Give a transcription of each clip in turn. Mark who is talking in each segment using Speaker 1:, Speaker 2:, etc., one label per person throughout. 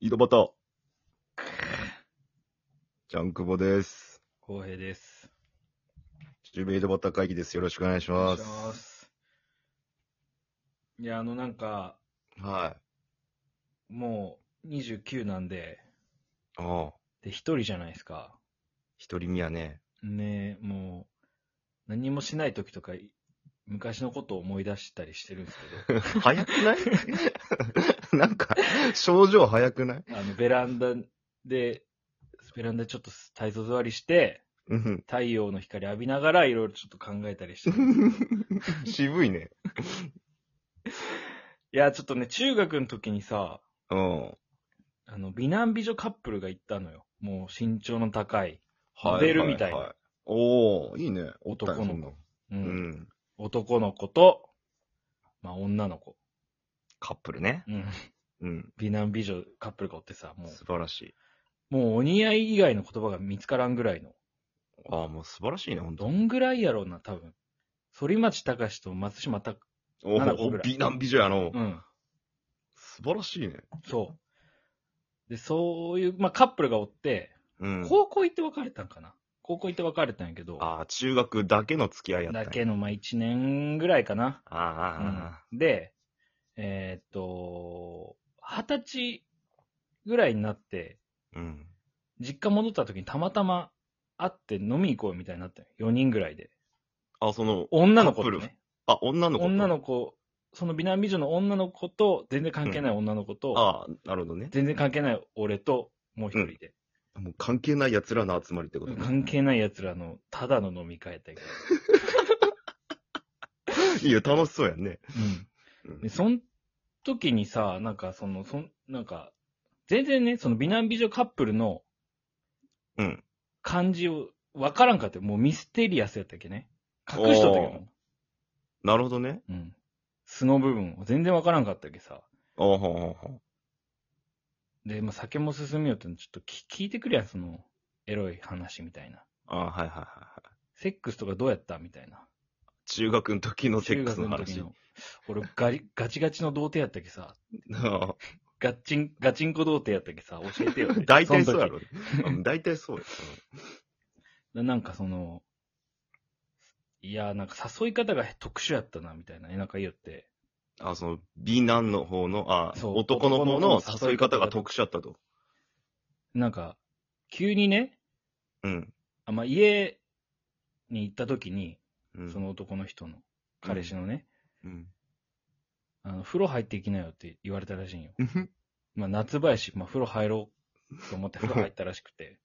Speaker 1: 井戸端。ジャンクボです。
Speaker 2: 浩平です。
Speaker 1: 中米井戸端会議です。よろしくお願いします。
Speaker 2: お願いしますいや、あの、なんか、
Speaker 1: はい。
Speaker 2: もう29なんで、
Speaker 1: ああ、
Speaker 2: で、一人じゃないですか。
Speaker 1: 一人目はね。
Speaker 2: ねえ、もう、何もしない時とか、い昔のことを思い出したりしてるんですけ
Speaker 1: 早くない なんか、症状早くない
Speaker 2: ど、あの、ベランダで、ベランダでちょっと体操座りして、
Speaker 1: うん。
Speaker 2: 太陽の光浴びながら、いろいろちょっと考えたりしてる。
Speaker 1: 渋いね。
Speaker 2: いや、ちょっとね、中学の時にさ、
Speaker 1: うん。
Speaker 2: あの、美男美女カップルが行ったのよ。もう身長の高い。モデルみたいな
Speaker 1: はははおー、いいね。おったよ
Speaker 2: 男の子
Speaker 1: そんな
Speaker 2: うん
Speaker 1: うん。
Speaker 2: 男の子と、まあ女の子。
Speaker 1: カップルね。
Speaker 2: うん。
Speaker 1: うん。
Speaker 2: 美男美女カップルがおってさ、も
Speaker 1: 素晴らしい。
Speaker 2: う、もうお似合い以外の言葉が見つからんぐらいの。
Speaker 1: ああ、もう素晴らしいね、本
Speaker 2: ど
Speaker 1: 当。
Speaker 2: んぐらいやろうな、多分。反町隆史と松島た
Speaker 1: お
Speaker 2: 七個ぐ
Speaker 1: お
Speaker 2: らい
Speaker 1: 美男美女やの。
Speaker 2: うん。
Speaker 1: 素晴らしいね。
Speaker 2: そう。で、そういう、まあカップルがおって、
Speaker 1: うん。
Speaker 2: 高校行って別れたんかな。高校行って別れたんやけど、
Speaker 1: ああ、中学だけの付き合いやったんや
Speaker 2: だけの、まあ1年ぐらいかな。
Speaker 1: ああああ、ああ
Speaker 2: うんで、えーっと、二十歳ぐらいになって、
Speaker 1: うん。
Speaker 2: 実家戻った時にたまたま会って飲み行こうみたいになった4人ぐらいで。
Speaker 1: あ、その、
Speaker 2: 女の子と
Speaker 1: カッ
Speaker 2: ね。
Speaker 1: あ、女の子と。
Speaker 2: 女の子、その美男美女の女の子と、全然関係ない女の子と、
Speaker 1: ああ、なるほどね。
Speaker 2: 全然関係ない俺と、もう一人で、
Speaker 1: もう関係ない奴らの集まりってことね。
Speaker 2: 関係ない奴らの、ただの飲み会やったけど。
Speaker 1: いや、楽しそうやんね。
Speaker 2: うん。で、その時にさ、なんかその、そん、なんか、全然ね、その美男美女カップルの
Speaker 1: うん。
Speaker 2: 感じを、わからんかって、もうミステリアスやったっけね。隠しとったけど
Speaker 1: おー
Speaker 2: も。
Speaker 1: なるほどね。
Speaker 2: うん。素の部分を全然わからんかったっけさ。
Speaker 1: ああ、ほうほうほう
Speaker 2: で、まあ、酒も進みよってのちょっとき聞いてくるやん、その、エロい話みたいな。
Speaker 1: ああ、はいはいはいはい。
Speaker 2: セックスとかどうやったみたいな。
Speaker 1: 中学の時のセックスの話
Speaker 2: 中。学の時の。俺ガリ、ガチガチの童貞やったっけさ。
Speaker 1: ああ。
Speaker 2: ガッチン、ガチンコ童貞やったっけさ。教えてよ
Speaker 1: 大体そうや
Speaker 2: の時
Speaker 1: ろ。うん大体そうや。
Speaker 2: ななんかその、いや、なんか誘い方が特殊やったな、みたいな。なんか言いよって。
Speaker 1: うんあ、その、美男の方の、あ
Speaker 2: そう
Speaker 1: 男の方の
Speaker 2: 男の方の
Speaker 1: 誘い方が特殊だったと。
Speaker 2: なんか、急にね、
Speaker 1: うん。
Speaker 2: あまあ、家に行った時に、
Speaker 1: うん
Speaker 2: その男の人の、彼氏のね、
Speaker 1: うん。
Speaker 2: あの、風呂入っていきなよって言われたらしいんよ。まあ、夏場やし、まあ、風呂入ろうと思って風呂入ったらしくて。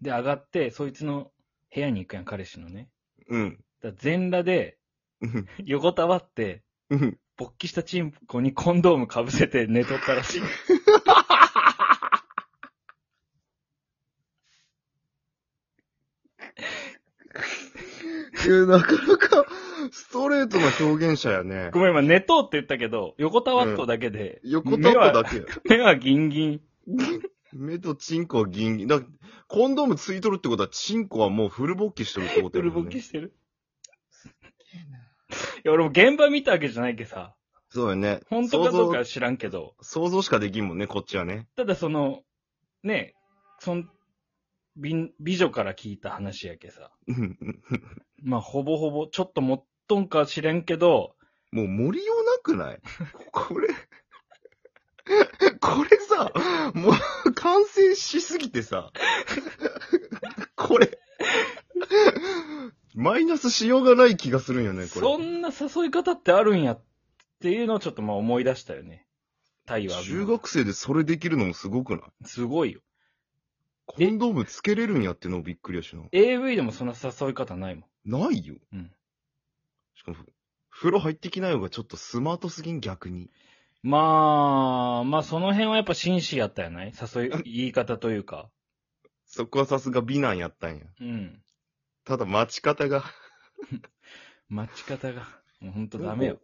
Speaker 2: で、上がって、そいつの部屋に行くやん、彼氏のね。
Speaker 1: うん。
Speaker 2: だから全裸で、
Speaker 1: うん
Speaker 2: 横たわって、
Speaker 1: うん。
Speaker 2: 勃起したチンコにコンドームかぶせて寝とったらしい。
Speaker 1: いや、なかなか、ストレートな表現者やね。
Speaker 2: ごめん、今、寝とうって言ったけど、横たわっとだけで、
Speaker 1: 横たわっただけや。
Speaker 2: 目はギンギン。
Speaker 1: 目とチンコはギンギン。だコンドームついとるってことは、チンコはもうフル勃起してるってこと
Speaker 2: フ
Speaker 1: やも
Speaker 2: ル
Speaker 1: んね。
Speaker 2: 勃起してる。いや、俺も現場見たわけじゃないけどさ、
Speaker 1: そうよね。
Speaker 2: 本当かどう
Speaker 1: 想
Speaker 2: かは知らんけど、
Speaker 1: 像。想像しかできんもんね、こっちはね。
Speaker 2: ただその、ね、その、美美女から聞いた話やけさ。
Speaker 1: うん
Speaker 2: まあ、ほぼほぼ、ちょっともっとんか知れんけど、
Speaker 1: もう盛りようなくない これ。これさ、もう、完成しすぎてさ。 これ。マイナスしようがない気がするんよね、これ。
Speaker 2: そんな誘い方ってあるんやっていうのをちょっとまあ思い出したよね。太陽浴び
Speaker 1: 中
Speaker 2: る
Speaker 1: 学生でそれできるのもすごくない
Speaker 2: すごいよ。
Speaker 1: コンドームつけれるんやってのもびっくりやしな。
Speaker 2: AV でもそんな誘い方ないもん。
Speaker 1: ないよ。
Speaker 2: うん
Speaker 1: しかも、風呂入ってきなよがちょっとスマートすぎん逆に。
Speaker 2: まあ、まあその辺はやっぱ紳士やったやない 誘い、言い方というか。
Speaker 1: そこはさすが美男やったんや。
Speaker 2: うん。
Speaker 1: ただ待ち方が
Speaker 2: 待ち方が、もうほんとダメよ。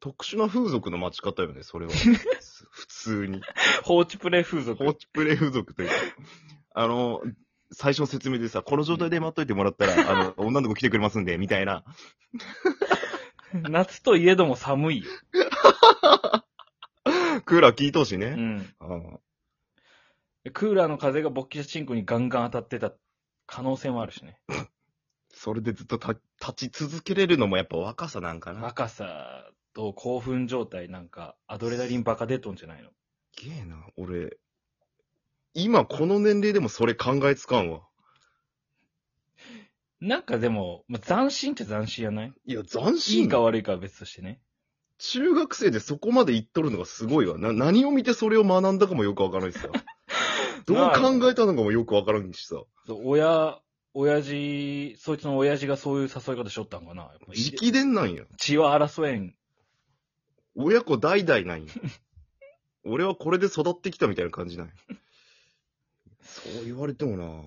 Speaker 1: 特殊な風俗の待ち方よね、 それは。普通に。
Speaker 2: 放置プレイ風
Speaker 1: 放
Speaker 2: 俗。
Speaker 1: 置プレイ風俗というか。あの、最初の説明でさ、この状態で待っといてもらったら、あの、女の子来てくれますんで、みたいな。
Speaker 2: 夏といえども寒いよ。
Speaker 1: クーラー効いとうし
Speaker 2: う
Speaker 1: ね。
Speaker 2: ん。
Speaker 1: あー
Speaker 2: でクーラーの風が勃起したチンコにガンガン当たってた可能性もあるしね。
Speaker 1: それでずっとた立ち続けれるのもやっぱ若さなんかな。
Speaker 2: 若さと興奮状態なんか、アドレナリンバカ出とんじゃないの
Speaker 1: すげえな、俺。今この年齢でもそれ考えつかんわ。
Speaker 2: なんかでも、まあ、斬新っちゃ斬新やない
Speaker 1: いや、斬
Speaker 2: い
Speaker 1: 新
Speaker 2: いか
Speaker 1: か。
Speaker 2: 悪いかは別としてね。
Speaker 1: 中学生でそこまで行っとるのがすごいわ。な、何を見てそれを学んだかもよくわからない しさ。どう考えたのかもよくわからんしさ。
Speaker 2: そう親、親父、そいつの親父がそういう誘い方しよったんかな。やっぱ
Speaker 1: 直伝なんや。
Speaker 2: 血は争えん。
Speaker 1: 親子代々なんや。俺はこれで育ってきたみたいな感じなんや。そう言われてもな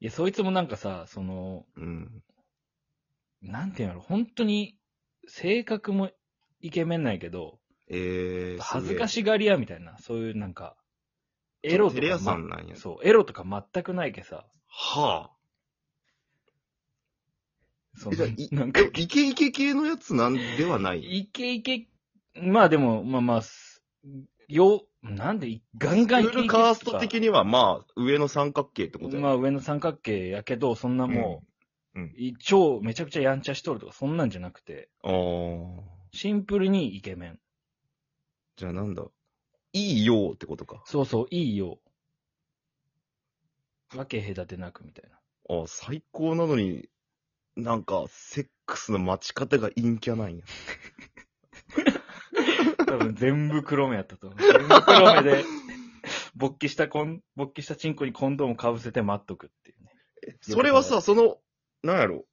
Speaker 1: い
Speaker 2: や、そいつもなんかさ、その、
Speaker 1: うん。
Speaker 2: なんていうんだろう、本当に、性格もイケメンなんやけど、
Speaker 1: えー、
Speaker 2: 恥ずか
Speaker 1: い。
Speaker 2: しがり屋みたいな、そういうなんか、エロと
Speaker 1: テレ
Speaker 2: か
Speaker 1: 屋さ
Speaker 2: ま、
Speaker 1: んなんや。
Speaker 2: そう、エロとか全くないけさ、
Speaker 1: は
Speaker 2: そ
Speaker 1: えじゃ
Speaker 2: の
Speaker 1: あい、
Speaker 2: なん
Speaker 1: あ。
Speaker 2: か、
Speaker 1: えイケイケ系のやつなんではない。
Speaker 2: いけいけ、まあでも、まあまあ、すよ、なんで、ガンガン
Speaker 1: ス
Speaker 2: イ
Speaker 1: クール
Speaker 2: ケイケとか
Speaker 1: カースト的には、まあ、上の三角形ってことや。
Speaker 2: まあ上の三角形やけど、そんなもう、
Speaker 1: うんうん
Speaker 2: い超めちゃくちゃやんちゃしとるとか、そんなんじゃなくて、
Speaker 1: あー。
Speaker 2: シンプルにイケメン。
Speaker 1: じゃあなんだ。いいよってことか。
Speaker 2: そうそう、いいよ。わけ隔てなくみたいな。
Speaker 1: ああ、最高なのに、なんか、セックスの待ち方が陰キャなんや。
Speaker 2: 多分全部黒目やった と思う。全部黒目で、勃起したコン、勃起したチンコにコンドームをかぶせて待っとくっていうね。
Speaker 1: それはさ、その、なんやろ。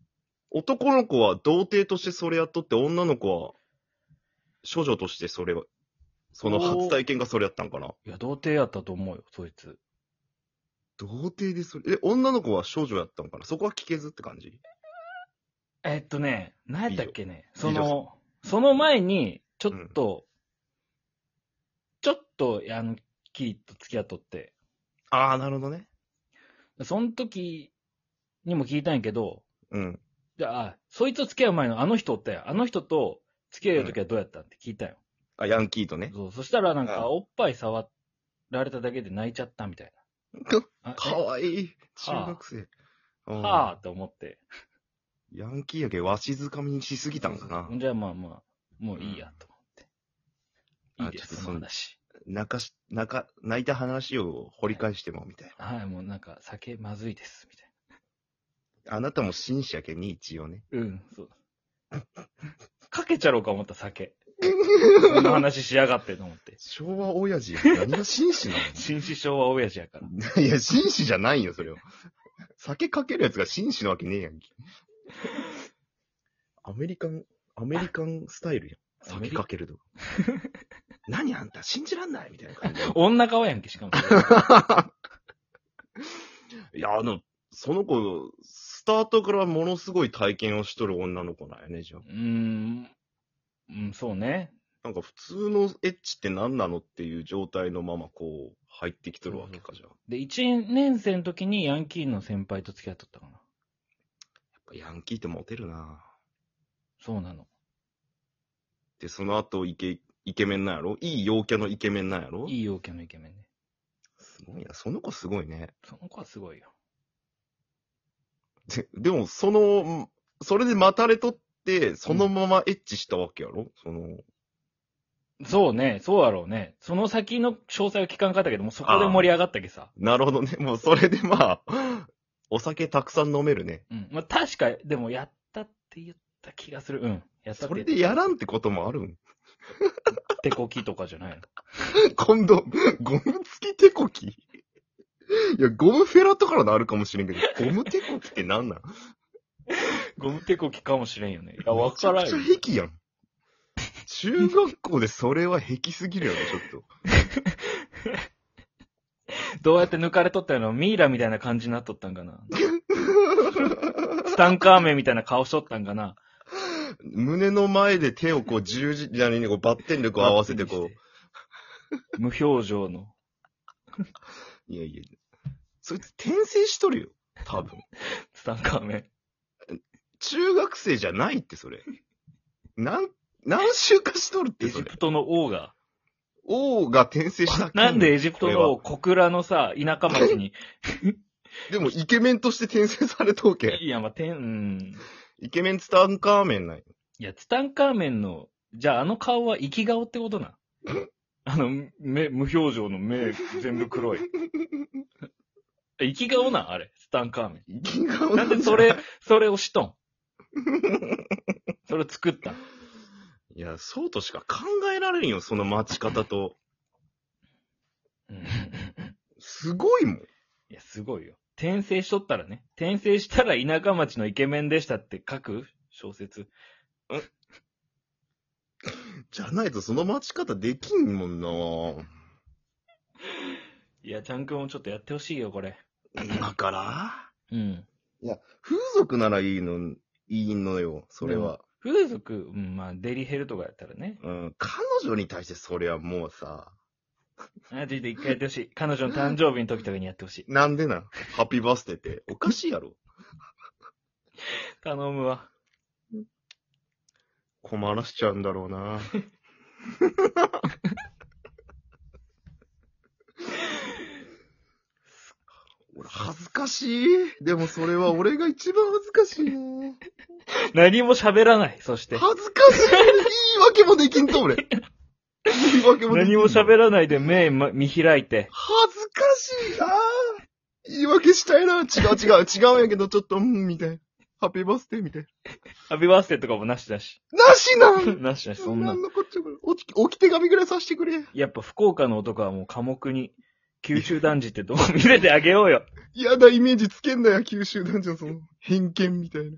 Speaker 1: 男の子は童貞としてそれやっとって、女の子は、処女としてそれは、その初体験がそれやったんかな。
Speaker 2: いや、童貞やったと思うよ、そいつ。
Speaker 1: 童貞でそれ、え、女の子は少女やったんかなそこは聞けずって感じ
Speaker 2: えっとね、何やったっけね。そ
Speaker 1: 美女
Speaker 2: の、その前に、ちょっと、ちょっと、あの、キリと付き合っとって、
Speaker 1: ああ、なるほどね。
Speaker 2: その時にも聞いたんやけど、
Speaker 1: うん。
Speaker 2: じゃあ、そいつと付き合う前のあの人って、あの人と付き合う時はどうやったんって聞いたよ。
Speaker 1: あ、ヤンキーとね。
Speaker 2: そうそしたらなん
Speaker 1: あ
Speaker 2: か、
Speaker 1: あ
Speaker 2: おっぱい触られただけで泣いちゃったみたい
Speaker 1: か
Speaker 2: な。あ
Speaker 1: かわいい。中
Speaker 2: はあ
Speaker 1: 学生。あ
Speaker 2: え
Speaker 1: ー
Speaker 2: はあって思って。
Speaker 1: ヤンキーやけ、わしづかみにしすぎたんかな。
Speaker 2: じゃあまあまあ、もういいやと思って。
Speaker 1: うん
Speaker 2: いいで
Speaker 1: あちょ
Speaker 2: す、
Speaker 1: っと
Speaker 2: そ
Speaker 1: その
Speaker 2: の話。
Speaker 1: 泣かし、泣か、泣いた話を掘り返しても、みたい
Speaker 2: はい、もうなんか、酒まずいです、みたいな。
Speaker 1: な。あなたも紳士やけに一応ね。
Speaker 2: うん、 そう。かけちゃろうか思った、 酒。こんな話しやがってと思って。
Speaker 1: 昭和親父や。何が紳士な
Speaker 2: 紳士昭和親父やから。
Speaker 1: の いや、紳士じゃないよ、それは。酒かけるやつが紳士なわけねえやんけ。アメリカン、アメリカンスタイルやん。
Speaker 2: ア
Speaker 1: 酒
Speaker 2: メリカ
Speaker 1: かけるとか。 何あんた信じらんないみたいな感 じで。
Speaker 2: 女顔やんけ、しかも。
Speaker 1: いや、あの、その子、スタートからものすごい体験をしとる女の子なんやね、じゃあ。
Speaker 2: うーん、うん、そうね。
Speaker 1: なんか普通のエッチって何なのっていう状態のままこう入ってきとるわけかじゃん。や
Speaker 2: で、1年生の時にヤンキーの先輩と付き合っとったかな。
Speaker 1: っぱヤンキーってモテるな
Speaker 2: そうなの。
Speaker 1: で、その後イケ、イケメンなんやろいい陽キャのイケメンなんやろ
Speaker 2: いい陽キャのイケメンね。
Speaker 1: すごいな。その子すごいね。
Speaker 2: その子はすごいよ。
Speaker 1: で、でもその、んそれで待たれとって、そのままエッチしたわけやろ、その、
Speaker 2: そうね、そうやろうね。その先の詳細は聞かんかったけども、そこで盛り上がったけさ。
Speaker 1: なるほどね。もうそれでまあ、お酒たくさん飲めるね。
Speaker 2: うん。まあ、確か、でもやったって言った気がする。うん。やったって言った
Speaker 1: それでやらんってこともあるん
Speaker 2: 手こきとかじゃないの
Speaker 1: 今度、ゴム付き手こきいや、ゴムフェラとかならあるかもしれんけど、ゴム手こきってなんなん
Speaker 2: ゴム手こきかもしれんよね。いや、
Speaker 1: め
Speaker 2: わ
Speaker 1: ち
Speaker 2: か
Speaker 1: ゃ
Speaker 2: ら
Speaker 1: く
Speaker 2: ん
Speaker 1: ち
Speaker 2: よ
Speaker 1: ゃ。壁やん。中学校でそれは壁すぎるよね、ちょっと。
Speaker 2: どうやって抜かれとったのミイラみたいな感じになっとったんかなツタンカーメンみたいな顔しとったんかな
Speaker 1: 胸の前で手をこう十字じゃにこうバッテン力を合わせてこ
Speaker 2: う。無表情の。
Speaker 1: う。いやいや。そいつ転生しとるよ。多分。
Speaker 2: ツタンカーメン。
Speaker 1: 中学生じゃないって、それ。なん、何週かしとるって、
Speaker 2: エ
Speaker 1: そ
Speaker 2: ジ
Speaker 1: れ。
Speaker 2: プトの王が。
Speaker 1: 王が転生したっけ
Speaker 2: なんでエジプトの小倉のさ、田舎町に、
Speaker 1: でもイケメンとして転生されとうけん。
Speaker 2: いや、まあ、てん、うん。
Speaker 1: イケメンツタンカーメンない。
Speaker 2: いや、ツタンカーメンの、じゃああの顔は生き顔ってことな。あの、目、無表情の目、全 部黒い。生き顔な、あれ、ツタンカーメ
Speaker 1: 銀河
Speaker 2: ン。なんでそれ、 それをしとんそれを作ったん
Speaker 1: いや、そうとしか考えられんよ、その待ち方と。
Speaker 2: うん
Speaker 1: すごいもん。
Speaker 2: いや、すごいよ。転生しとったらね。転生したら田舎町のイケメンでしたって書く小説。
Speaker 1: じゃないとその待ち方できんもんない
Speaker 2: や、ちゃんくんもちょっとやってほしいよ、これ。
Speaker 1: だから
Speaker 2: うん。
Speaker 1: いや、風俗ならいいの、いいのよ、それは。
Speaker 2: 風俗、うん、まあ、デリヘルとかやったらね。
Speaker 1: うん、彼女に対してそれはもうさ、
Speaker 2: あ、ちょっと一回やってほしい。彼女の誕生日の時とかにやってほしい。
Speaker 1: なんでなんハッピーバースデーって、おかしいやろ。
Speaker 2: 頼むわ。
Speaker 1: 困らしちゃうんだろうな。俺恥ずかしい。でもそれは俺が一番恥ずかしいね。
Speaker 2: 何も喋らない、そして。
Speaker 1: 恥ずかしい。言い訳もできんと、俺。言い訳もできん。
Speaker 2: 何も喋らないで目、ま、見開いて。
Speaker 1: 恥ずかしいな言い訳したいな。違う違う違うんやけど、ちょっと、うん、みたいな。ハッピーバースデーみたい
Speaker 2: ハッピーバースデーとかもなしだ し。
Speaker 1: な。なしなん
Speaker 2: なしだし、そんな。
Speaker 1: なんんのこっちゃこれ置き置き手紙ぐらいさせてくれ。
Speaker 2: やっぱ福岡の男はもう寡黙に、九州男児ってどう見れてあげようよ。
Speaker 1: 嫌なイメージつけんなよ、九州男女、その、偏見みたいな。